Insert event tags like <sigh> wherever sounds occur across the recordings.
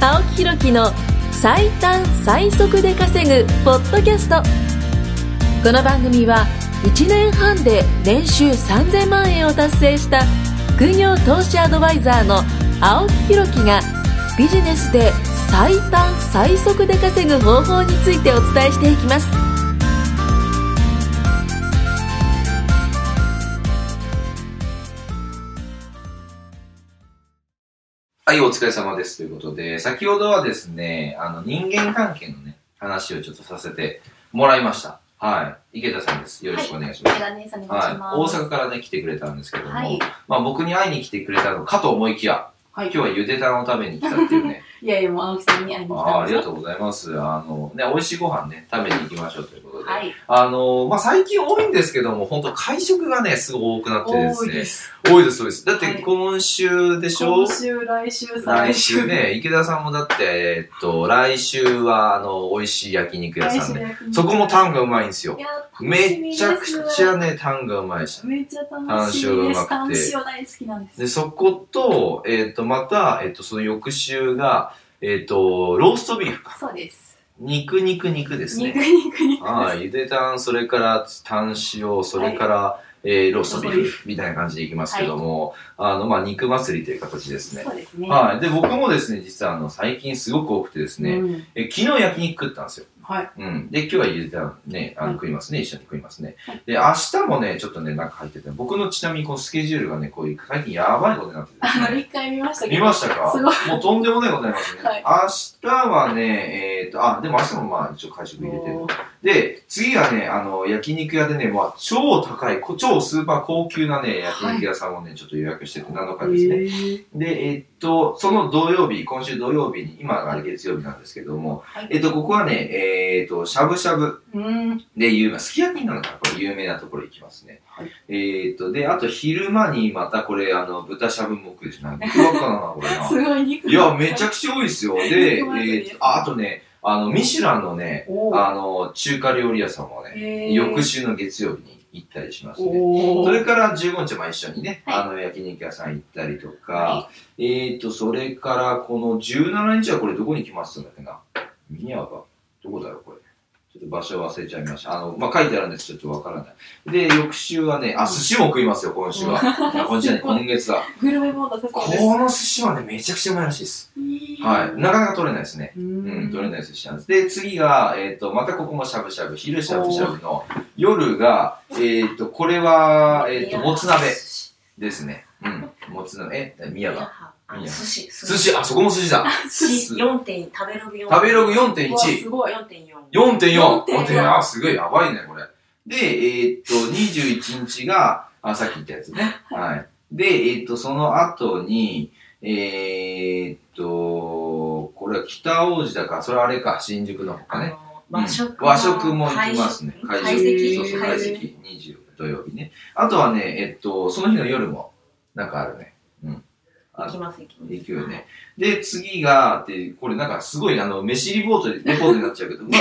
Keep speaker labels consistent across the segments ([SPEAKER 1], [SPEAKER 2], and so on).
[SPEAKER 1] 青木ひろきの最短最速で稼ぐポッドキャストこの番組は1年半で年収3000万円を達成した副業投資アドバイザーの青木ひろきがビジネスで最短最速で稼ぐ方法についてお伝えしていきます
[SPEAKER 2] はい、お疲れ様です。ということで、先ほどはですね、あの、人間関係のね、話をちょっとさせてもらいました。はい。池田さんです。よろしくお願いします。
[SPEAKER 3] メガネさんにお願い
[SPEAKER 2] はい。
[SPEAKER 3] します。
[SPEAKER 2] 大阪からね、来てくれたんですけども、
[SPEAKER 3] はい
[SPEAKER 2] まあ僕に会いに来てくれたのかと思いきや、
[SPEAKER 3] はい
[SPEAKER 2] 今日はゆでたの食べに来たっていう
[SPEAKER 3] <laughs>
[SPEAKER 2] ね。
[SPEAKER 3] いやいや、もう青木さんに会いに来
[SPEAKER 2] あー
[SPEAKER 3] たん
[SPEAKER 2] あり
[SPEAKER 3] ですよ
[SPEAKER 2] がとうございます。あの、ね、美味しいご飯ね、食べに行きましょうということで。
[SPEAKER 3] はい。
[SPEAKER 2] あの、まあ最近多いんですけども、本当会食がね、すごい多くなってです
[SPEAKER 3] 多い
[SPEAKER 2] ね
[SPEAKER 3] で。す。
[SPEAKER 2] 多いです、多いです。だって
[SPEAKER 3] はい
[SPEAKER 2] 今週でしょ、
[SPEAKER 3] 今週、来週、再
[SPEAKER 2] 来週。ね、池田さんもだって、えーっと、来週は、あの、美味しい焼肉屋
[SPEAKER 3] 来
[SPEAKER 2] さ
[SPEAKER 3] 週
[SPEAKER 2] んで、
[SPEAKER 3] 焼肉
[SPEAKER 2] そこもタンがうまいんですよ
[SPEAKER 3] い。や、楽しみ
[SPEAKER 2] め
[SPEAKER 3] です
[SPEAKER 2] ちゃくちゃね、タンがうまいし。
[SPEAKER 3] めっちゃ楽しみです。タン塩大好きなんです。
[SPEAKER 2] で、そこと、えーっと、また、えーっと、その翌週が、えーっと、ローストビーフか。
[SPEAKER 3] そうです。
[SPEAKER 2] 肉肉肉です
[SPEAKER 3] 肉
[SPEAKER 2] ね。
[SPEAKER 3] 肉肉。
[SPEAKER 2] はい、ゆでタン、それから、タン塩、それから、えーローストビーフみたいな感じでいきますけども、あの、まあ、肉祭りという形ですね。
[SPEAKER 3] そうですね。
[SPEAKER 2] はい。で、僕もですね、実はあの、最近すごく多くてですね、
[SPEAKER 3] うん
[SPEAKER 2] え昨日焼肉食ったんですよ。
[SPEAKER 3] はい。
[SPEAKER 2] うん。で、今日は茹でたのね、あ
[SPEAKER 3] は
[SPEAKER 2] の
[SPEAKER 3] い
[SPEAKER 2] 食いますね、一緒に食いますね
[SPEAKER 3] はい。
[SPEAKER 2] で、明日もね、ちょっとね、なんか入ってて、僕のちなみにこうスケジュールがね、こういう、最近やばいことになってて
[SPEAKER 3] あ
[SPEAKER 2] です
[SPEAKER 3] の、
[SPEAKER 2] ね。
[SPEAKER 3] 一回見ましたけ
[SPEAKER 2] 見
[SPEAKER 3] ど。
[SPEAKER 2] ましたか
[SPEAKER 3] すごい。
[SPEAKER 2] もうとんでもないことになりますね。
[SPEAKER 3] はい
[SPEAKER 2] 明日はね、えっ、と、あ、でも明日もまあ一応会食入れてる。
[SPEAKER 3] も
[SPEAKER 2] で、次がね、あの、焼肉屋でね、まあ超高い、こ超スーパー高級なね、焼肉屋さんをね、ちょっと予約してて、7日
[SPEAKER 3] う
[SPEAKER 2] ですね。
[SPEAKER 3] へー
[SPEAKER 2] で、えっと、その土曜日、今週土曜日に、今が月曜日なんですけども、
[SPEAKER 3] はい
[SPEAKER 2] えっと、ここはね、えっと、しゃぶしゃぶ
[SPEAKER 3] うん。
[SPEAKER 2] で有名、すき焼きなのかなこれ有名なところ行きますね。
[SPEAKER 3] はい
[SPEAKER 2] えっと、で、あと昼間にまたこれ、あの、豚しゃぶも食うしな、肉ばっかだな、これ
[SPEAKER 3] <laughs> す
[SPEAKER 2] な。
[SPEAKER 3] ごい肉。
[SPEAKER 2] いや、めちゃくちゃ多いですよ。で、え
[SPEAKER 3] 肉祭り
[SPEAKER 2] っ
[SPEAKER 3] です
[SPEAKER 2] と、ああとね、あの、ミシュランのね、
[SPEAKER 3] おー
[SPEAKER 2] あの、中華料理屋さんもね、
[SPEAKER 3] へー
[SPEAKER 2] 翌週の月曜日に行ったりしますね。
[SPEAKER 3] おー
[SPEAKER 2] それから15日も一緒にね、
[SPEAKER 3] はい
[SPEAKER 2] あの焼肉屋さん行ったりとか、
[SPEAKER 3] は
[SPEAKER 2] えっ、ー、と、それからこの17日はこれどこに来ますんだっけな宮川どこだろうこれ。ちょっと場所忘れちゃいました。あの、まあ、書いてあるんです。ちょっとわからない。で、翌週はね、あ、寿司も食いますよ、今週 <laughs> は。いや今週はね、今月は。
[SPEAKER 3] グルメモードさそうです。
[SPEAKER 2] この寿司はね、めちゃくちゃうまいらしいです。はい。なかなか取れないですね。
[SPEAKER 3] う
[SPEAKER 2] うん、取れ
[SPEAKER 3] い。
[SPEAKER 2] ない寿司なんです。で、次が、えっ、と、またここもしゃぶしゃぶ、昼しゃぶしゃぶの、夜が、えっ、と、これは、えっ、と、もつ鍋ですね。うん、もつ鍋、え、宮が。
[SPEAKER 4] あ
[SPEAKER 2] 宮
[SPEAKER 4] 寿
[SPEAKER 2] が
[SPEAKER 4] 司、
[SPEAKER 2] 寿司、あ、そこも寿司だ。
[SPEAKER 4] <laughs> 寿司4点、食べログ4。
[SPEAKER 2] 食べログ
[SPEAKER 3] うわす
[SPEAKER 2] 4.1。
[SPEAKER 3] ごい。
[SPEAKER 4] 4.4。
[SPEAKER 2] 4.4。
[SPEAKER 3] 4.4
[SPEAKER 2] 4.4。あ、すごい、やばいね、これ。で、えっ、と、21日が、あ、さっき言ったやつね。はい。で、えっ、と、その後に、えっ、と、これは北王子だから、それはあれか、新宿のほかね。
[SPEAKER 4] の和食
[SPEAKER 2] うん和食も行きますね。
[SPEAKER 4] 会
[SPEAKER 2] 会
[SPEAKER 4] 席。
[SPEAKER 2] そうそう、
[SPEAKER 3] 会
[SPEAKER 2] 会
[SPEAKER 3] 席
[SPEAKER 2] 席。20土曜日ね。あとはね、えっと、その日の夜も、なんかあるね。うん。あ
[SPEAKER 4] 行き
[SPEAKER 2] の
[SPEAKER 4] ます、行きます。
[SPEAKER 2] 行くよね。で、次が、で、これなんかすごい、あの、飯リポートで、レポートになっちゃうけ
[SPEAKER 4] <laughs>
[SPEAKER 2] ど、まあ、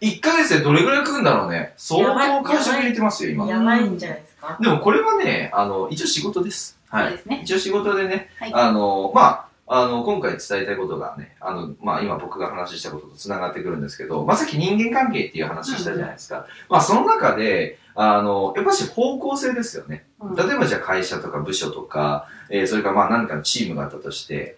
[SPEAKER 2] 1ヶ月でどれぐらい食うんだろうね。相当会食入れてますよ、今。
[SPEAKER 4] やばいんじゃないですか。
[SPEAKER 2] でもこれはね、あの、一応仕事です。
[SPEAKER 3] そ
[SPEAKER 2] は
[SPEAKER 3] う
[SPEAKER 2] い。
[SPEAKER 3] ですね。
[SPEAKER 2] 一応仕事でね、
[SPEAKER 3] はい
[SPEAKER 2] あの、まあ、あの、今回伝えたいことがね、あの、まあ、今僕が話したことと繋がってくるんですけど、まあ、さっき人間関係っていう話したじゃないですか。まあ、その中で、あの、やっぱし方向性ですよね。
[SPEAKER 3] うん
[SPEAKER 2] 例えばじゃあ会社とか部署とか、えーそれからまあ何かのチームがあったとして、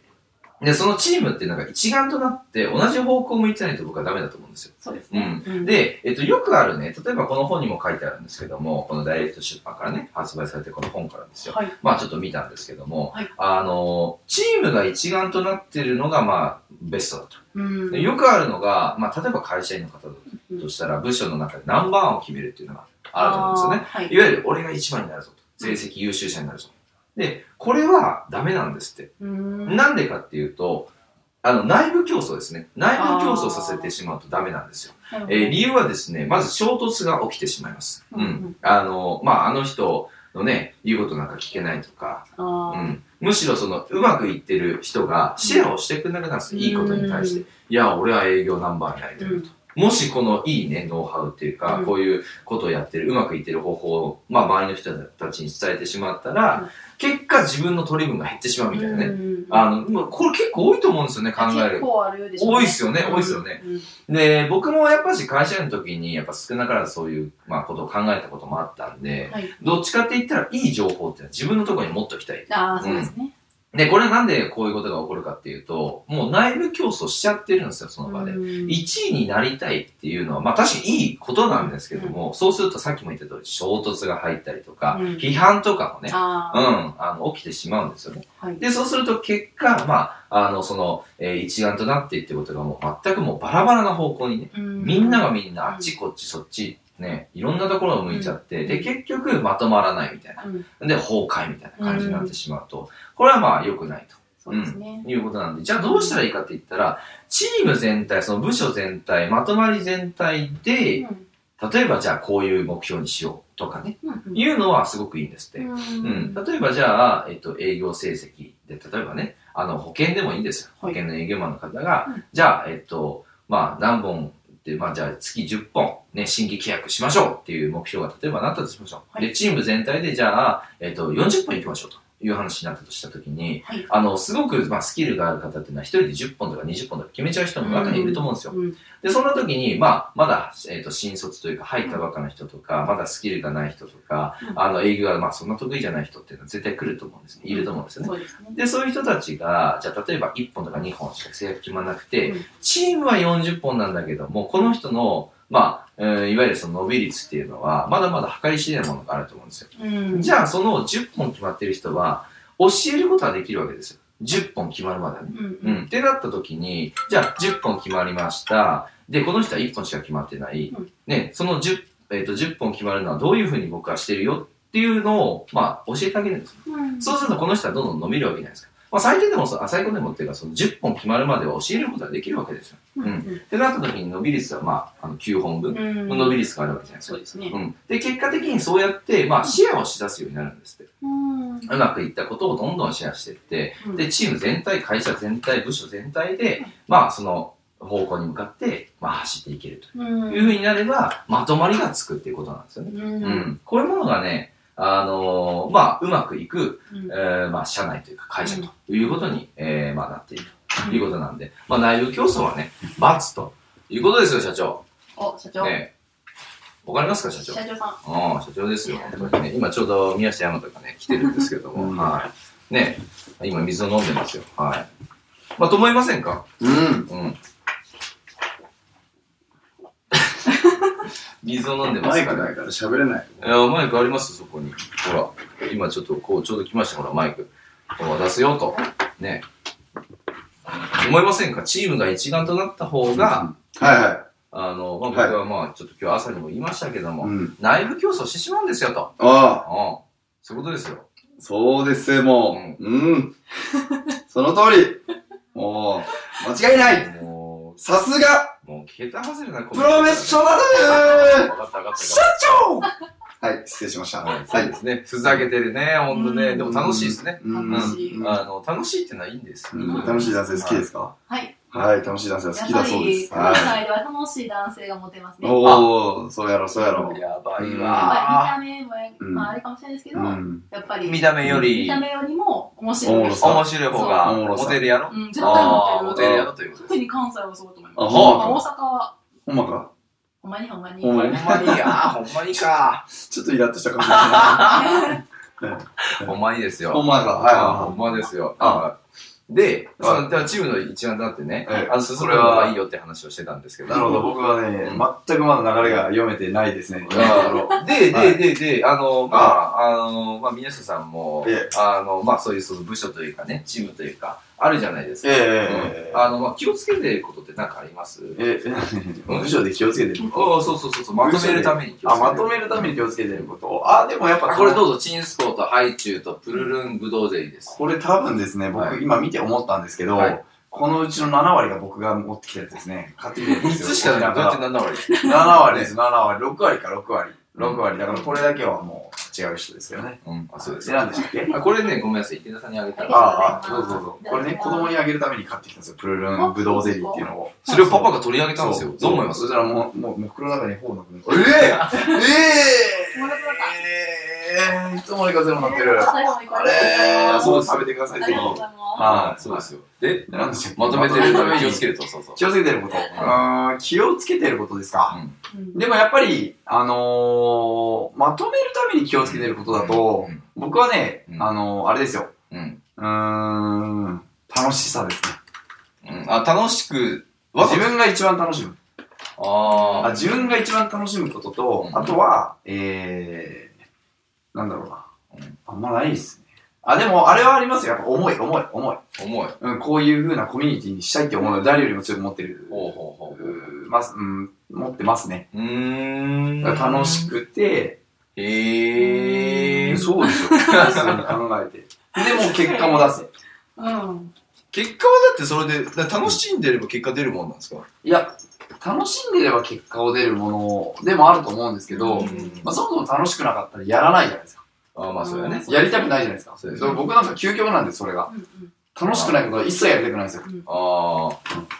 [SPEAKER 2] で、そのチームってなんか一丸となって同じ方向を向いてないと僕はダメだと思うんですよ。
[SPEAKER 3] そうです
[SPEAKER 2] う
[SPEAKER 3] ね。
[SPEAKER 2] ん。
[SPEAKER 3] うん、
[SPEAKER 2] で、えっと、よくあるね、例えばこの本にも書いてあるんですけども、このダイレクト出版からね、発売されてこの本からですよ。
[SPEAKER 3] はい
[SPEAKER 2] まあちょっと見たんですけども、
[SPEAKER 3] はい
[SPEAKER 2] あの、チームが一丸となってるのが、まあ、ベストだと。
[SPEAKER 3] うん
[SPEAKER 2] でよくあるのが、まあ、例えば会社員の方だとしたら、部署の中でナンバーワンを決めるっていうのがあると思うんですよね。
[SPEAKER 3] あーはい
[SPEAKER 2] いわゆる、俺が一番になるぞと。成績優秀者になるぞ。で、これはダメなんですって。
[SPEAKER 3] うーん
[SPEAKER 2] なんでかっていうと、あの、内部競争ですね。内部競争させてしまうとダメなんですよ。えー理由はですね、まず衝突が起きてしまいます。う
[SPEAKER 3] うんうん
[SPEAKER 2] ん。あの、まあ、あの人のね、言うことなんか聞けないとか、う
[SPEAKER 3] あー
[SPEAKER 2] ん。むしろその、うまくいってる人がシェアをしてくれなくなるんですよ。いいことに対して。いや、俺は営業ナンバーになりたいと。
[SPEAKER 3] うん
[SPEAKER 2] もしこのいいね、ノウハウっていうか、
[SPEAKER 3] うん
[SPEAKER 2] こういうことをやってる、うまくいってる方法を、まあ、周りの人たちに伝えてしまったら、結果自分の取り分が減ってしまうみたいなね。
[SPEAKER 4] うん
[SPEAKER 2] あの、もうこれ結構多いと思うんですよね、考える
[SPEAKER 3] 結。構あるでしょうね。
[SPEAKER 2] 多いっすよね、多いっすよね。
[SPEAKER 3] うん
[SPEAKER 2] で、僕もやっぱし会社員の時に、やっぱ少なからずそういう、まあ、ことを考えたこともあったんで、
[SPEAKER 3] はい。
[SPEAKER 2] どっちかって言ったら、いい情報っていうのは自分のところに持っときたい。
[SPEAKER 3] ああ、そうですね。
[SPEAKER 2] で、これなんでこういうことが起こるかっていうと、もう内部競争しちゃってるんですよ、その場で。
[SPEAKER 3] うん
[SPEAKER 2] 1位になりたいっていうのは、まあ確かにいいことなんですけども、そうするとさっきも言った通り、衝突が入ったりとか、
[SPEAKER 3] うん
[SPEAKER 2] 批判とかもね、
[SPEAKER 3] あ
[SPEAKER 2] うん、
[SPEAKER 3] あ、
[SPEAKER 2] あの、起きてしまうんですよね。
[SPEAKER 3] はい。
[SPEAKER 2] で、そうすると結果、まあ、あの、その、えー一丸となっていってことがもう全くもうバラバラな方向にね、みんながみんなあっちこっちそっち、ね、いろんなところを向いちゃって、
[SPEAKER 3] うん
[SPEAKER 2] で、結局まとまらないみたいな。
[SPEAKER 3] うん、
[SPEAKER 2] で、崩壊みたいな感じになってしまうと、これはまあ良くないと。
[SPEAKER 3] そうですね。
[SPEAKER 2] いうことなんで、じゃあどうしたらいいかって言ったら、チーム全体、その部署全体、まとまり全体で、例えばじゃあこういう目標にしようとかね、
[SPEAKER 3] うん
[SPEAKER 2] いうのはすごくいいんですって。
[SPEAKER 3] うん
[SPEAKER 2] うん、例えばじゃあ、えっと、営業成績で、例えばね、あの、保険でもいいんですよ。保
[SPEAKER 3] はい
[SPEAKER 2] 険の営業マンの方が、
[SPEAKER 3] うん
[SPEAKER 2] じゃあ、えっと、まあ、何本で、まあ、じゃあ、月10本、ね、新規契約しましょうっていう目標が、例えばなったとしましょう。
[SPEAKER 3] はい
[SPEAKER 2] で、チーム全体で、じゃあ、えっと、40本行きましょうという話になったとしたときに、
[SPEAKER 3] はい
[SPEAKER 2] あの、すごく、まあ、スキルがある方っていうのは、一人で10本とか20本とか決めちゃう人も中にいると思うんですよ。
[SPEAKER 3] うん
[SPEAKER 2] で、そんな時に、まあ、まだ、えっ、と、新卒というか、入ったばかの人とか、まだスキルがない人とか、
[SPEAKER 3] うん
[SPEAKER 2] あの、営業が、まあ、そんな得意じゃない人っていうのは絶対来ると思うんですね。いると思うんですよね。
[SPEAKER 3] そうですね。
[SPEAKER 2] で、そういう人たちが、じゃあ、例えば1本とか2本しか制約決まらなくて、
[SPEAKER 3] うん
[SPEAKER 2] チームは40本なんだけども、この人の、まあ、えーいわゆるその伸び率っていうのは、まだまだ計り知れないものがあると思うんですよ。
[SPEAKER 3] うん
[SPEAKER 2] じゃあ、その10本決まってる人は、教えることはできるわけですよ。10本決まるまではね。
[SPEAKER 3] うん
[SPEAKER 2] う。ん、ってなった時に、じゃあ10本決まりました。で、この人は1本しか決まってない
[SPEAKER 3] うん。
[SPEAKER 2] ね、その 10,、えー、と10本決まるのはどういうふうに僕はしてるよっていうのを、まあ、教えてあげるんですよ。
[SPEAKER 3] うん
[SPEAKER 2] そうするとこの人はどんどん伸びるわけじゃないですか。まあ、最低でもそう、あ最高でもっていうか、その10本決まるまでは教えることができるわけですよ。
[SPEAKER 3] うん
[SPEAKER 2] うんってなった時に伸び率は、まあ、あの9本分
[SPEAKER 3] うん
[SPEAKER 2] の伸び率があるわけじゃないです
[SPEAKER 3] そ
[SPEAKER 2] か
[SPEAKER 3] う。ですね
[SPEAKER 2] う。ん、で結果的にそうやって、まあ、シェアをしだすようになるんですって
[SPEAKER 3] うん
[SPEAKER 2] うまくいったことをどんどんシェアしていってで、チーム全体、会社全体、部署全体で、まあ、その方向に向かって、まあ、走っていける
[SPEAKER 3] う
[SPEAKER 2] と
[SPEAKER 3] ん
[SPEAKER 2] いうふうになれば、まとまりがつくっていうことなんですよね。
[SPEAKER 3] う。
[SPEAKER 2] うんん。こういうものがね、あのーまあ、うまくいく、
[SPEAKER 3] うん
[SPEAKER 2] えーまあ、社内というか会社ということに、えーまあ、なっているということなんで、まあ、内部競争はね、罰ということですよ、社長。
[SPEAKER 3] お、社長。
[SPEAKER 2] ねわかりますか、社長。
[SPEAKER 3] 社長さん。
[SPEAKER 2] ああ、社長ですよ、本当にね。今ちょうど宮下大和がね、来てるんですけども、はい。ね、今水を飲んでますよ。はい。まあ、と思いませんか
[SPEAKER 5] うん。 <laughs>
[SPEAKER 2] うん。水を飲んでま
[SPEAKER 5] マ
[SPEAKER 2] す
[SPEAKER 5] イ
[SPEAKER 2] か
[SPEAKER 5] ク
[SPEAKER 2] ら。
[SPEAKER 5] ないから喋れない。
[SPEAKER 2] いや、マイクありますそこに。ほら、今ちょっとこう、ちょうど来ました、ほら、マイク。こう渡すよと。ね。思いませんかチームが一丸となった方が、
[SPEAKER 5] はいは
[SPEAKER 2] あの、まあ、
[SPEAKER 5] はい
[SPEAKER 2] 僕はまあ、ちょっと今日朝にも言いましたけど
[SPEAKER 5] い。
[SPEAKER 2] も、
[SPEAKER 5] うん。
[SPEAKER 2] 内部競争してしまうんですよ、と。
[SPEAKER 5] ああ、
[SPEAKER 2] うん。そういうことですよ。
[SPEAKER 5] そうです、もう。 <laughs> うん。その通り。もう、間違いない
[SPEAKER 2] も
[SPEAKER 5] さすが、
[SPEAKER 2] う、もう、桁外れな
[SPEAKER 5] プロフェッショナ
[SPEAKER 2] 分
[SPEAKER 5] ル
[SPEAKER 2] かった分かった。
[SPEAKER 5] 社長はい、失礼しました。
[SPEAKER 2] は、
[SPEAKER 5] はい
[SPEAKER 2] そう
[SPEAKER 5] い
[SPEAKER 2] で。すね。ふざけてるね、ほんと
[SPEAKER 3] う
[SPEAKER 2] ね。
[SPEAKER 3] ん
[SPEAKER 2] でも楽しいですね。
[SPEAKER 5] うん
[SPEAKER 3] 楽しい
[SPEAKER 5] うん
[SPEAKER 2] あの、楽しいってのはいいんです。
[SPEAKER 5] うん楽しい男性好きですか
[SPEAKER 3] はい。
[SPEAKER 5] はい、楽しい男性は好きだそうです。
[SPEAKER 3] やっぱり、関西
[SPEAKER 5] は
[SPEAKER 3] では楽しい男性がモテます
[SPEAKER 5] い。
[SPEAKER 3] ね。やっ
[SPEAKER 5] おー、そうやろ、そうやろ。
[SPEAKER 2] やばい
[SPEAKER 3] ぱ
[SPEAKER 2] わ。
[SPEAKER 3] り見た目
[SPEAKER 5] うん
[SPEAKER 3] も、まああれかもしれないですけ
[SPEAKER 5] う
[SPEAKER 3] ど、や
[SPEAKER 5] ん。
[SPEAKER 3] っぱり、
[SPEAKER 2] 見た目よ
[SPEAKER 3] 見
[SPEAKER 2] り、
[SPEAKER 3] た
[SPEAKER 2] 面
[SPEAKER 3] 目よりも面白いです。
[SPEAKER 5] 面
[SPEAKER 2] 白い方が、
[SPEAKER 5] そう
[SPEAKER 2] モテるやろ
[SPEAKER 3] うん、絶対
[SPEAKER 2] ああ、
[SPEAKER 3] モ
[SPEAKER 2] モ
[SPEAKER 3] テる。
[SPEAKER 2] テるやろということです。
[SPEAKER 3] 特に関西はそうだと思い
[SPEAKER 5] あ、
[SPEAKER 3] ます。まあ
[SPEAKER 5] ほ
[SPEAKER 3] 大
[SPEAKER 5] んまか
[SPEAKER 3] 阪は、
[SPEAKER 5] ほんまか
[SPEAKER 3] ほんまにほんまに。
[SPEAKER 5] ほんま
[SPEAKER 2] ほん
[SPEAKER 5] に
[SPEAKER 2] まに、あーほんまにか。
[SPEAKER 5] ちょっとイラッとした感じだ
[SPEAKER 2] ほんまにです
[SPEAKER 5] な。
[SPEAKER 2] よ。
[SPEAKER 5] ほんまかはいはい
[SPEAKER 2] あ
[SPEAKER 5] は
[SPEAKER 2] ー
[SPEAKER 5] い
[SPEAKER 2] ほんまですよ。
[SPEAKER 5] あ
[SPEAKER 2] はいで、
[SPEAKER 5] はい
[SPEAKER 2] そのだからチームの一丸となってね、
[SPEAKER 5] はい
[SPEAKER 2] あの、進めばいいよって話をしてたんですけど。
[SPEAKER 5] なるほど、僕はね、
[SPEAKER 2] うん
[SPEAKER 5] 全くまだ流れが読めてないですね。
[SPEAKER 2] あーで、
[SPEAKER 5] はい
[SPEAKER 2] で、で、で、あの、まあ、あの、まあ、宮下さんも
[SPEAKER 5] ええ、
[SPEAKER 2] あの、まあ、そういうその部署というかね、チームというか、あるじゃないです
[SPEAKER 5] <laughs> え
[SPEAKER 2] か。
[SPEAKER 5] え
[SPEAKER 2] うんあの、まあ、気をつけてることって何かあります
[SPEAKER 5] え、 <laughs> 文章で気をつけてる
[SPEAKER 2] ああ、そうそうそうそう、まとめるために気をつ
[SPEAKER 5] あ、
[SPEAKER 2] けて
[SPEAKER 5] まとめるために気をつけてること。あ、でもやっぱ
[SPEAKER 2] あこれ
[SPEAKER 5] う
[SPEAKER 2] どうぞ、チンスコーとハイチュウとプルルンブドウゼリーです。
[SPEAKER 5] これ多分ですね、僕、
[SPEAKER 2] はい
[SPEAKER 5] 今見て思ったんですけど、
[SPEAKER 2] はい
[SPEAKER 5] このうちの7割が僕が持ってきたやつですね。買ってきたやつ
[SPEAKER 2] 3
[SPEAKER 5] ですよ。
[SPEAKER 2] つしかない。どうやって
[SPEAKER 5] だ
[SPEAKER 2] 7割
[SPEAKER 5] から7割です、7割。6割か、6割。6割。だからこれだけはもう違う人ですよね。
[SPEAKER 2] うん、あ、そうです。
[SPEAKER 5] 選んでしたっけ
[SPEAKER 2] あ、これね、ごめんなさい、池田さんにあげた
[SPEAKER 3] ありがとうござい
[SPEAKER 2] ら。
[SPEAKER 3] ます
[SPEAKER 5] ああ、どうぞどうぞ。これね、子供にあげるために買ってきたんですよ。プルルンブドウゼリーっていうのを。
[SPEAKER 2] それをパパが取り上げたんですよ。どう思いま
[SPEAKER 5] そ
[SPEAKER 2] す
[SPEAKER 5] したらもう、もう、もう袋の中に頬のくん。えええ
[SPEAKER 3] 友達だった。
[SPEAKER 5] えー、いつもよりかゼロになってる。
[SPEAKER 3] 最後の一個
[SPEAKER 5] あ
[SPEAKER 3] あ
[SPEAKER 5] れ
[SPEAKER 3] り
[SPEAKER 5] ー、そうです食べてください、
[SPEAKER 3] が
[SPEAKER 5] ぜ
[SPEAKER 3] と
[SPEAKER 5] ひ
[SPEAKER 3] う。ございます。
[SPEAKER 5] はい、
[SPEAKER 6] そうですよ。で、
[SPEAKER 5] なんでしたっけ
[SPEAKER 6] まとめてるために気をつけると、そうそう。
[SPEAKER 5] 気をつけてること。うーん、気をつけてることですか。
[SPEAKER 3] うん
[SPEAKER 5] でもやっぱり、あのー、まとめるために気をつけてることだと、
[SPEAKER 2] うん
[SPEAKER 5] 僕はね
[SPEAKER 2] う、ん
[SPEAKER 5] あのー、あれですよ。
[SPEAKER 2] うん。
[SPEAKER 5] うーん、楽しさですね。
[SPEAKER 2] うんあ、楽しく、わ
[SPEAKER 5] 自分が一番楽しむ。
[SPEAKER 2] あ
[SPEAKER 5] あ
[SPEAKER 2] あ、
[SPEAKER 5] 自分が一番楽しむことと、
[SPEAKER 2] うん
[SPEAKER 5] あとは、えー、なんだろうな
[SPEAKER 2] うん。
[SPEAKER 5] あんまないですね。あ、でも、あれはありますよ。やっぱ重い、重い、重い。
[SPEAKER 2] 重い。
[SPEAKER 5] うん、こういう風なコミュニティにしたいって思うの誰よりも強く持ってる。
[SPEAKER 2] ほうほうほう。
[SPEAKER 5] うーます、うん、持ってますね。
[SPEAKER 2] うーん。
[SPEAKER 5] 楽しくて、
[SPEAKER 2] へえ。
[SPEAKER 5] そうでしょ。普通に考えて。でも結果も出す。
[SPEAKER 3] うん。
[SPEAKER 6] 結果はだってそれで、だ楽しんでれば結果出るもんなんですか
[SPEAKER 5] いや、楽しんでれば結果を出るものでもあると思うんですけど、
[SPEAKER 3] うん
[SPEAKER 5] まあ、そもそも楽しくなかったらやらないじゃないですか。
[SPEAKER 2] あーまあ、そうやね。
[SPEAKER 5] やりたくないじゃないですか。
[SPEAKER 2] そうですね
[SPEAKER 5] そう僕なんか究極なんで、それが。
[SPEAKER 3] うんうん
[SPEAKER 5] 楽しくないことは一切やりたくないんですよ。
[SPEAKER 2] あ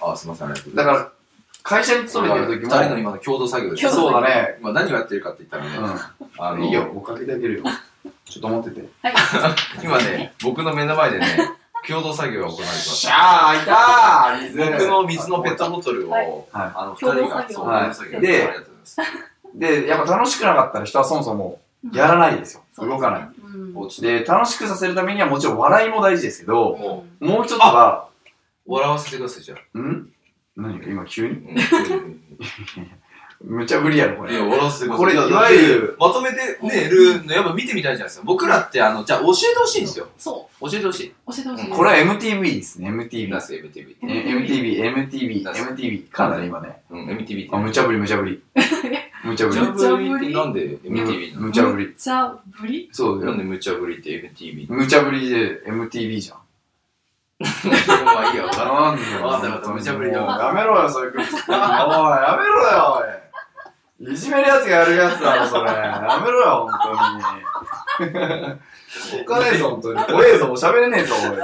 [SPEAKER 2] あ、あーすいません、ありがとうござ
[SPEAKER 5] だ
[SPEAKER 2] い
[SPEAKER 5] か
[SPEAKER 2] ます。
[SPEAKER 5] ら、会社に勤めてる時も、
[SPEAKER 2] 二人の今の共同作業ですね
[SPEAKER 5] そうだね。
[SPEAKER 2] まあ、何をやってるかって言ったらね、あ
[SPEAKER 5] うん。
[SPEAKER 2] の
[SPEAKER 5] いいよ、追っかけてあげるよ。ちょっと持ってて。
[SPEAKER 2] 今ね、僕の目の前でね、共同作業が行われてます。
[SPEAKER 5] しゃー、いたー水
[SPEAKER 2] 僕の水のペットボトルを、
[SPEAKER 3] はい
[SPEAKER 2] あの、二
[SPEAKER 3] 共
[SPEAKER 2] 人
[SPEAKER 3] 同
[SPEAKER 2] が、
[SPEAKER 3] 作業
[SPEAKER 2] そう、
[SPEAKER 5] はい
[SPEAKER 2] 共同作業で、
[SPEAKER 5] で
[SPEAKER 2] ありがとうございます。
[SPEAKER 5] で、やっぱ楽しくなかったら人はそもそもやらないですよ。動かない。
[SPEAKER 3] うん。
[SPEAKER 2] 落ちて、
[SPEAKER 5] で、楽しくさせるためにはもちろん笑いも大事ですけど、
[SPEAKER 3] うん
[SPEAKER 5] もう一つは、
[SPEAKER 2] 笑わせてください、じゃあ。
[SPEAKER 5] ん何今急に
[SPEAKER 2] い
[SPEAKER 5] むちゃぶりやろ、これ。
[SPEAKER 2] や、笑わせてください。
[SPEAKER 5] これ
[SPEAKER 2] や
[SPEAKER 5] いわゆる、
[SPEAKER 2] まとめてね、るの、やっぱ見てみたいじゃないですか。僕らって、あの、じゃあ教えてほしいんですよ。
[SPEAKER 3] そ
[SPEAKER 2] 教えてほしい。
[SPEAKER 3] う。教えてほしい。
[SPEAKER 5] これは MTV ですね、MTV
[SPEAKER 2] 出。す、MTV って。
[SPEAKER 5] え MTV、MTV、
[SPEAKER 2] 出す
[SPEAKER 5] MTV。かなり今ね。
[SPEAKER 2] うん、MTV って。
[SPEAKER 5] あ、むちゃぶり、むちゃぶ
[SPEAKER 2] <laughs>
[SPEAKER 5] り。むちゃぶ
[SPEAKER 2] 無
[SPEAKER 5] り
[SPEAKER 2] 茶。ぶりっ
[SPEAKER 3] 無茶ぶり
[SPEAKER 2] てなんで
[SPEAKER 5] む
[SPEAKER 2] MTV なの
[SPEAKER 5] むちゃぶり。
[SPEAKER 3] じゃあ、ぶり
[SPEAKER 5] そうだ
[SPEAKER 2] なん
[SPEAKER 5] よ。
[SPEAKER 2] で無茶ぶりって MTV <laughs> なの
[SPEAKER 5] むちゃぶりで MTV じゃん。
[SPEAKER 2] まあいいや、わからん
[SPEAKER 5] なんで
[SPEAKER 2] わかったわかったむちゃぶりだ
[SPEAKER 5] もうやめろよ、そういう空気。おい、やめろよ、おい。いじめるやつがやるやつだろ、それ。やめろよ、本当に。おっかねえぞ、本当に。怖えぞ、もう喋れねえぞ、俺。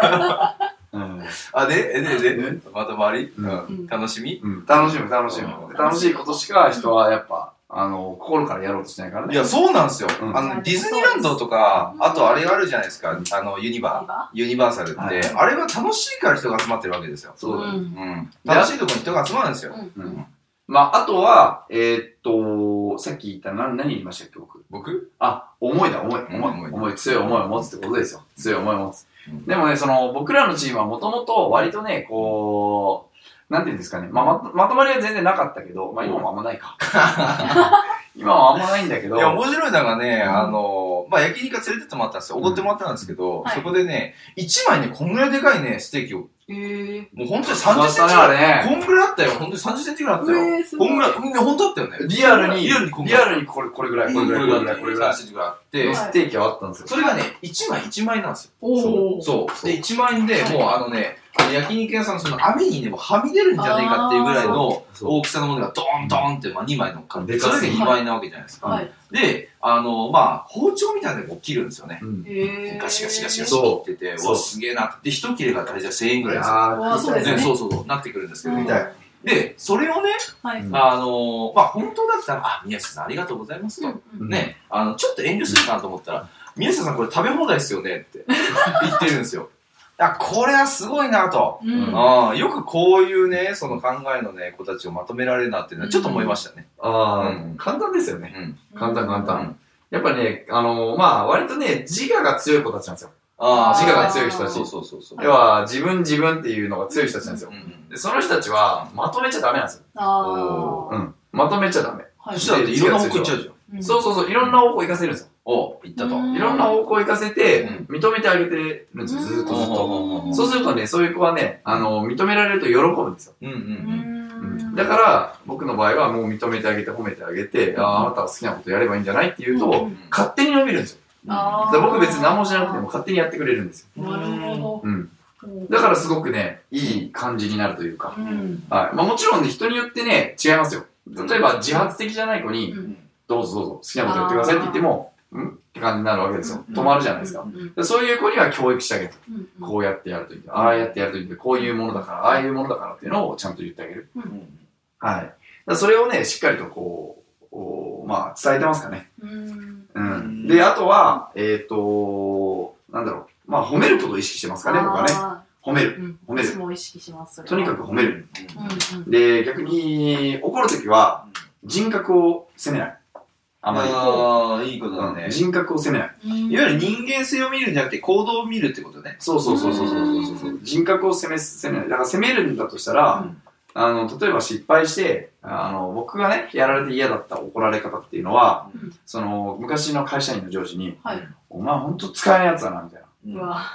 [SPEAKER 5] うん
[SPEAKER 2] あ、で、えで、で、
[SPEAKER 5] ね
[SPEAKER 2] まとまり
[SPEAKER 5] うん
[SPEAKER 3] うん。
[SPEAKER 2] 楽しみ
[SPEAKER 5] うん。楽しむ、楽し
[SPEAKER 2] うん
[SPEAKER 5] む。楽しいことしか人はやっぱ、あの、心からやろうとしないから
[SPEAKER 2] い
[SPEAKER 5] ね。
[SPEAKER 2] や、そうなんですよ。
[SPEAKER 5] うん
[SPEAKER 2] あの、ディズニーランドとか、
[SPEAKER 3] うん
[SPEAKER 2] あとあれがあるじゃないですか、あの、ユニバ、ユニバーサルって、
[SPEAKER 5] はい
[SPEAKER 2] あれは楽しいから人が集まってるわけですよ。
[SPEAKER 5] そうだね。
[SPEAKER 3] ん。
[SPEAKER 2] うん。楽しいとこに人が集まるんですよ。う
[SPEAKER 5] う
[SPEAKER 2] ん
[SPEAKER 5] ん。まあ、あとは、えーっと、さっき言った、な、何言いましたっけ、僕。
[SPEAKER 2] 僕
[SPEAKER 5] あ、思いだ、思い、思い、
[SPEAKER 2] 思
[SPEAKER 5] 思
[SPEAKER 2] い
[SPEAKER 5] い、強い思いを持つってことですよ。強い思いを持つ。
[SPEAKER 2] うん
[SPEAKER 5] でもね、その、僕らのチームはもともと割とね、こう、なんていうんですかね、まあ、まと、まとまりは全然なかったけど、まあ、今もあんまない
[SPEAKER 2] <laughs>
[SPEAKER 5] か。今はあんまないんだけど、
[SPEAKER 2] いや、面白いのがね、あの、まあ、焼肉家連れてってもらったんですよ。おごってもらったんですけど、
[SPEAKER 3] はい
[SPEAKER 2] そこでね、1枚ね、こんぐらいでかいね、ステーキを。
[SPEAKER 3] ええ。
[SPEAKER 2] もう本当に
[SPEAKER 5] そう
[SPEAKER 2] 30センチぐ
[SPEAKER 5] だ
[SPEAKER 2] らい。
[SPEAKER 5] ね、
[SPEAKER 2] こんぐらいあったよ。本当に30センチぐらいあったよ。
[SPEAKER 3] えーすごい
[SPEAKER 2] こんぐらい、うん本当あったよね。
[SPEAKER 5] リアルに、
[SPEAKER 2] リアルにこんぐ
[SPEAKER 5] リ
[SPEAKER 2] らい
[SPEAKER 5] アルにこれ、これぐらい、これぐらい、これぐらい、これぐら
[SPEAKER 2] 30
[SPEAKER 5] い。
[SPEAKER 2] センチぐらいあって、
[SPEAKER 3] うん
[SPEAKER 5] ステーキはあったんですよ。
[SPEAKER 2] それがね、1枚1枚なんですよ。
[SPEAKER 3] おお。
[SPEAKER 2] そう。で、1万円で、もうあのね、あの焼肉屋さんのその網にね、もうはみ出るんじゃねえかっていうぐらいの
[SPEAKER 5] そう
[SPEAKER 2] 大きさのものがドーンドーンって、まあ2枚乗っかって、
[SPEAKER 5] で
[SPEAKER 2] そ
[SPEAKER 5] か
[SPEAKER 2] れ
[SPEAKER 5] す
[SPEAKER 2] で
[SPEAKER 5] ぎ
[SPEAKER 2] 2倍なわけじゃないですか。
[SPEAKER 3] はい。
[SPEAKER 2] で、あの、まあ、包丁みたいなのがこう切るんですよね。
[SPEAKER 5] うん。
[SPEAKER 3] ええ。
[SPEAKER 2] ガシガシガシガシ
[SPEAKER 5] そう
[SPEAKER 2] 切ってて、う
[SPEAKER 5] そう
[SPEAKER 2] わ、すげえなって。で、一切れが大体1000円ぐらいです
[SPEAKER 5] あ
[SPEAKER 3] あーそうです
[SPEAKER 2] ね、
[SPEAKER 3] ね
[SPEAKER 2] そうそうそう、なってくるんですけど
[SPEAKER 3] うん。
[SPEAKER 5] 痛い
[SPEAKER 2] で、それをね、
[SPEAKER 3] はい。うん
[SPEAKER 2] あの、まあ、本当だったら、あ、宮下さんありがとうございますと。
[SPEAKER 3] うん
[SPEAKER 2] ね、あの、ちょっと遠慮するかなと思ったら、宮下さんこれ食べ放題ですよねって言ってるんですよ。あ、これはすごいなと。
[SPEAKER 3] うん
[SPEAKER 5] うん
[SPEAKER 2] ああよくこういうね、その考えのね、子たちをまとめられるなっていうのはちょっと思いましたね。
[SPEAKER 5] あ
[SPEAKER 2] う
[SPEAKER 5] ー
[SPEAKER 2] ん
[SPEAKER 5] 簡単ですよね。
[SPEAKER 2] うん。
[SPEAKER 5] 簡単簡
[SPEAKER 2] う
[SPEAKER 5] 単。
[SPEAKER 2] ん
[SPEAKER 5] やっぱね、あのーまあ、割とね、自我が強い子たちなんですよ。
[SPEAKER 2] ああ、
[SPEAKER 5] 自
[SPEAKER 2] 時
[SPEAKER 5] 我
[SPEAKER 2] 間
[SPEAKER 5] が強い人たち
[SPEAKER 2] そうそうそうそう。
[SPEAKER 5] 要は、自分自分っていうのが強い人たちなんですよ
[SPEAKER 2] う。ん
[SPEAKER 5] で、その人たちは、まとめちゃダメなんですよ。
[SPEAKER 3] あ
[SPEAKER 5] う
[SPEAKER 3] あ。
[SPEAKER 5] ん。まとめちゃダメ。
[SPEAKER 3] はい
[SPEAKER 2] そしたらだっていろんな方向行っちゃうじゃん。
[SPEAKER 3] うん
[SPEAKER 5] そうそうそう、いろんな方向行かせるんですよ。
[SPEAKER 2] お行ったと。
[SPEAKER 3] うん
[SPEAKER 5] いろんな方向行かせて
[SPEAKER 2] うん、
[SPEAKER 5] 認めてあげてるんですよ、ずーっとずっと。
[SPEAKER 2] うん
[SPEAKER 5] そうするとね、そういう子はね、あのー認められると喜ぶんですよ。
[SPEAKER 2] うんう
[SPEAKER 3] うんん。
[SPEAKER 5] だから、僕の場合はもう認めてあげて褒めてあげて、ああ、あなたは好きなことやればいいんじゃないって言う
[SPEAKER 3] うん
[SPEAKER 5] と、
[SPEAKER 2] うん。
[SPEAKER 5] 勝手に伸びるんですよ。
[SPEAKER 3] ああ。
[SPEAKER 5] だから僕別に何もしなくても勝手にやってくれるんですよ。
[SPEAKER 3] なるほ
[SPEAKER 5] うん。
[SPEAKER 3] ど。
[SPEAKER 5] だからすごくね、いい感じになるというか
[SPEAKER 3] う。ん。
[SPEAKER 5] はい。まあもちろんね、人によってね、違いますよ。例えば自発的じゃない子に、
[SPEAKER 3] うん
[SPEAKER 5] どうぞどうぞ、好きなことやってくださいって言っても、んって感じになるわけですよ。止まるじゃないですか。
[SPEAKER 3] うんうん
[SPEAKER 5] でそういう子には教育してあげる。
[SPEAKER 3] うんうん
[SPEAKER 5] こうやってやるといいんだ。ああやってやるといいんだ。こういうものだから、ああいうものだからっていうのをちゃんと言ってあげる。
[SPEAKER 2] うん
[SPEAKER 5] はい。だからそれをね、しっかりとこう、おまあ、伝えてますかね。
[SPEAKER 3] うん
[SPEAKER 5] うん。で、あとは、えっ、と、なんだろう。まあ、褒めることを意識してますかね、僕はね。
[SPEAKER 3] あ
[SPEAKER 5] 褒め
[SPEAKER 3] ー
[SPEAKER 5] る。
[SPEAKER 3] うん
[SPEAKER 5] 褒める
[SPEAKER 3] 私も意識します、それは
[SPEAKER 5] とにかく褒める。
[SPEAKER 3] うんうん。
[SPEAKER 5] で、逆に、怒るときは、人格を責めない。あまり。
[SPEAKER 2] ああ、いいことだ
[SPEAKER 5] う
[SPEAKER 2] ね
[SPEAKER 5] ん。人格を責めない。
[SPEAKER 3] うん
[SPEAKER 2] いわゆる人間性を見るんじゃなくて行動を見るってことね。
[SPEAKER 5] そうそうそうそうそうそうそう。人格を責め、責めない。だから責めるんだとしたら、
[SPEAKER 2] うん
[SPEAKER 5] あの、例えば失敗して、あの、僕がね、やられて嫌だった怒られ方っていうのは、
[SPEAKER 2] うん
[SPEAKER 5] その、昔の会社員の上司に、
[SPEAKER 3] はい。
[SPEAKER 5] お前ほんと使えないやつだな、みたいな。
[SPEAKER 2] うん
[SPEAKER 3] うわ。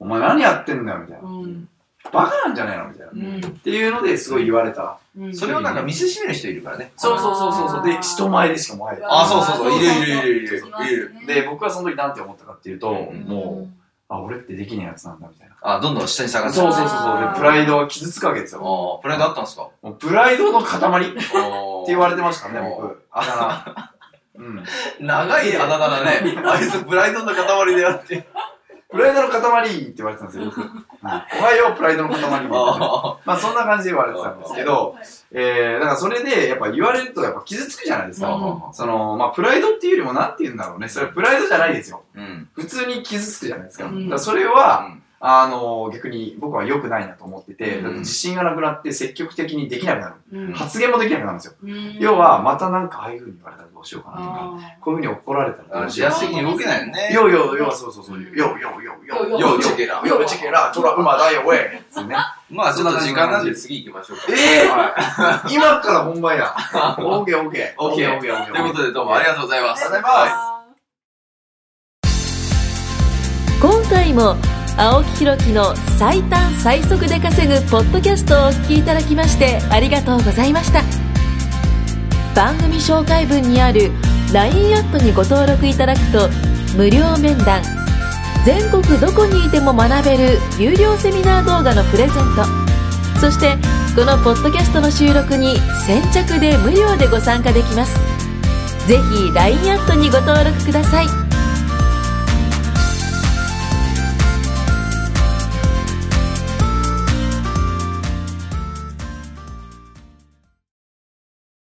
[SPEAKER 5] お前何やってんだよ、みたいな
[SPEAKER 3] う。ん。
[SPEAKER 5] バカなんじゃないのみたいな。
[SPEAKER 3] う
[SPEAKER 2] うん
[SPEAKER 3] ん。
[SPEAKER 5] っていうのですごい言われた。
[SPEAKER 3] うん
[SPEAKER 2] それをなんか見せしめる人いるからね。
[SPEAKER 5] そうそうそうそうそう。で、人前でしかも会えない。
[SPEAKER 2] あそうそうそういるいるいるいる
[SPEAKER 3] いますね
[SPEAKER 2] いる
[SPEAKER 5] で、僕はその時何て思ったかっていうと、
[SPEAKER 2] うん
[SPEAKER 5] もう、あ、俺ってできねえやつなんだみたいな。
[SPEAKER 2] あ、どんどん下に下がって
[SPEAKER 5] そうそうそうそう。
[SPEAKER 3] あー
[SPEAKER 5] で、プライドは傷つくわけですよ。も
[SPEAKER 2] ああ、プライドあったんですか
[SPEAKER 5] うプライドの塊って
[SPEAKER 2] って
[SPEAKER 5] 言われてましたね、
[SPEAKER 2] お
[SPEAKER 5] 僕。あだ名。うん。
[SPEAKER 2] 長いあだ名だ
[SPEAKER 5] <laughs>
[SPEAKER 2] ね。あいつプライドの塊でやって。
[SPEAKER 5] プライドの塊って言われてたんですよ、僕。うんおはよ <laughs> う、プライドの塊みたいな。
[SPEAKER 2] あ
[SPEAKER 5] まあ、そんな感じで言われてたんですけど、
[SPEAKER 3] はい
[SPEAKER 5] えー、だからそれで、やっぱ言われるとやっぱ傷つくじゃないですか。
[SPEAKER 3] う
[SPEAKER 5] その、まあ、プライドっていうよりもなんて言うんだろうね。それはプライドじゃないですよ。
[SPEAKER 2] ーうん。
[SPEAKER 5] 普通に傷つくじゃないですか。
[SPEAKER 3] うん
[SPEAKER 5] だからそれは、あの、逆に僕は良くないなと思ってて、
[SPEAKER 3] うん
[SPEAKER 5] だって自信がなくなって積極的にできなくなる。
[SPEAKER 3] うん
[SPEAKER 5] 発言もできなくなるんですよ。
[SPEAKER 3] うん
[SPEAKER 5] 要は、またなんかああいう風に言われたらどうしようかなとか、
[SPEAKER 3] あ
[SPEAKER 5] こういう風に怒られたら
[SPEAKER 2] あ
[SPEAKER 5] ど
[SPEAKER 2] の
[SPEAKER 5] う
[SPEAKER 2] 自
[SPEAKER 5] しよう
[SPEAKER 2] 発的に動けないよね。
[SPEAKER 5] かな。ようようよう、そうそうそう。ようようようようよう
[SPEAKER 3] よう
[SPEAKER 5] よう
[SPEAKER 2] チェケラ
[SPEAKER 5] ようチェケラ、トラ馬だよ、おい。つってね。
[SPEAKER 2] まあちょっと時間なんで次行きましょうか。
[SPEAKER 5] えぇ今から本番や。オーケーオーケー。
[SPEAKER 2] オーケー
[SPEAKER 5] オーケーオーケー。
[SPEAKER 2] ということでどうもありがとうございます。
[SPEAKER 5] ありがとうございます。
[SPEAKER 3] ー
[SPEAKER 1] 今回も青木ひろきの最短最速で稼ぐポッドキャストをお聞きいただきましてありがとうございました番組紹介文にある LINE アットにご登録いただくと無料面談全国どこにいても学べる有料セミナー動画のプレゼントそしてこのポッドキャストの収録に先着で無料でご参加できますぜひ LINE アットにご登録ください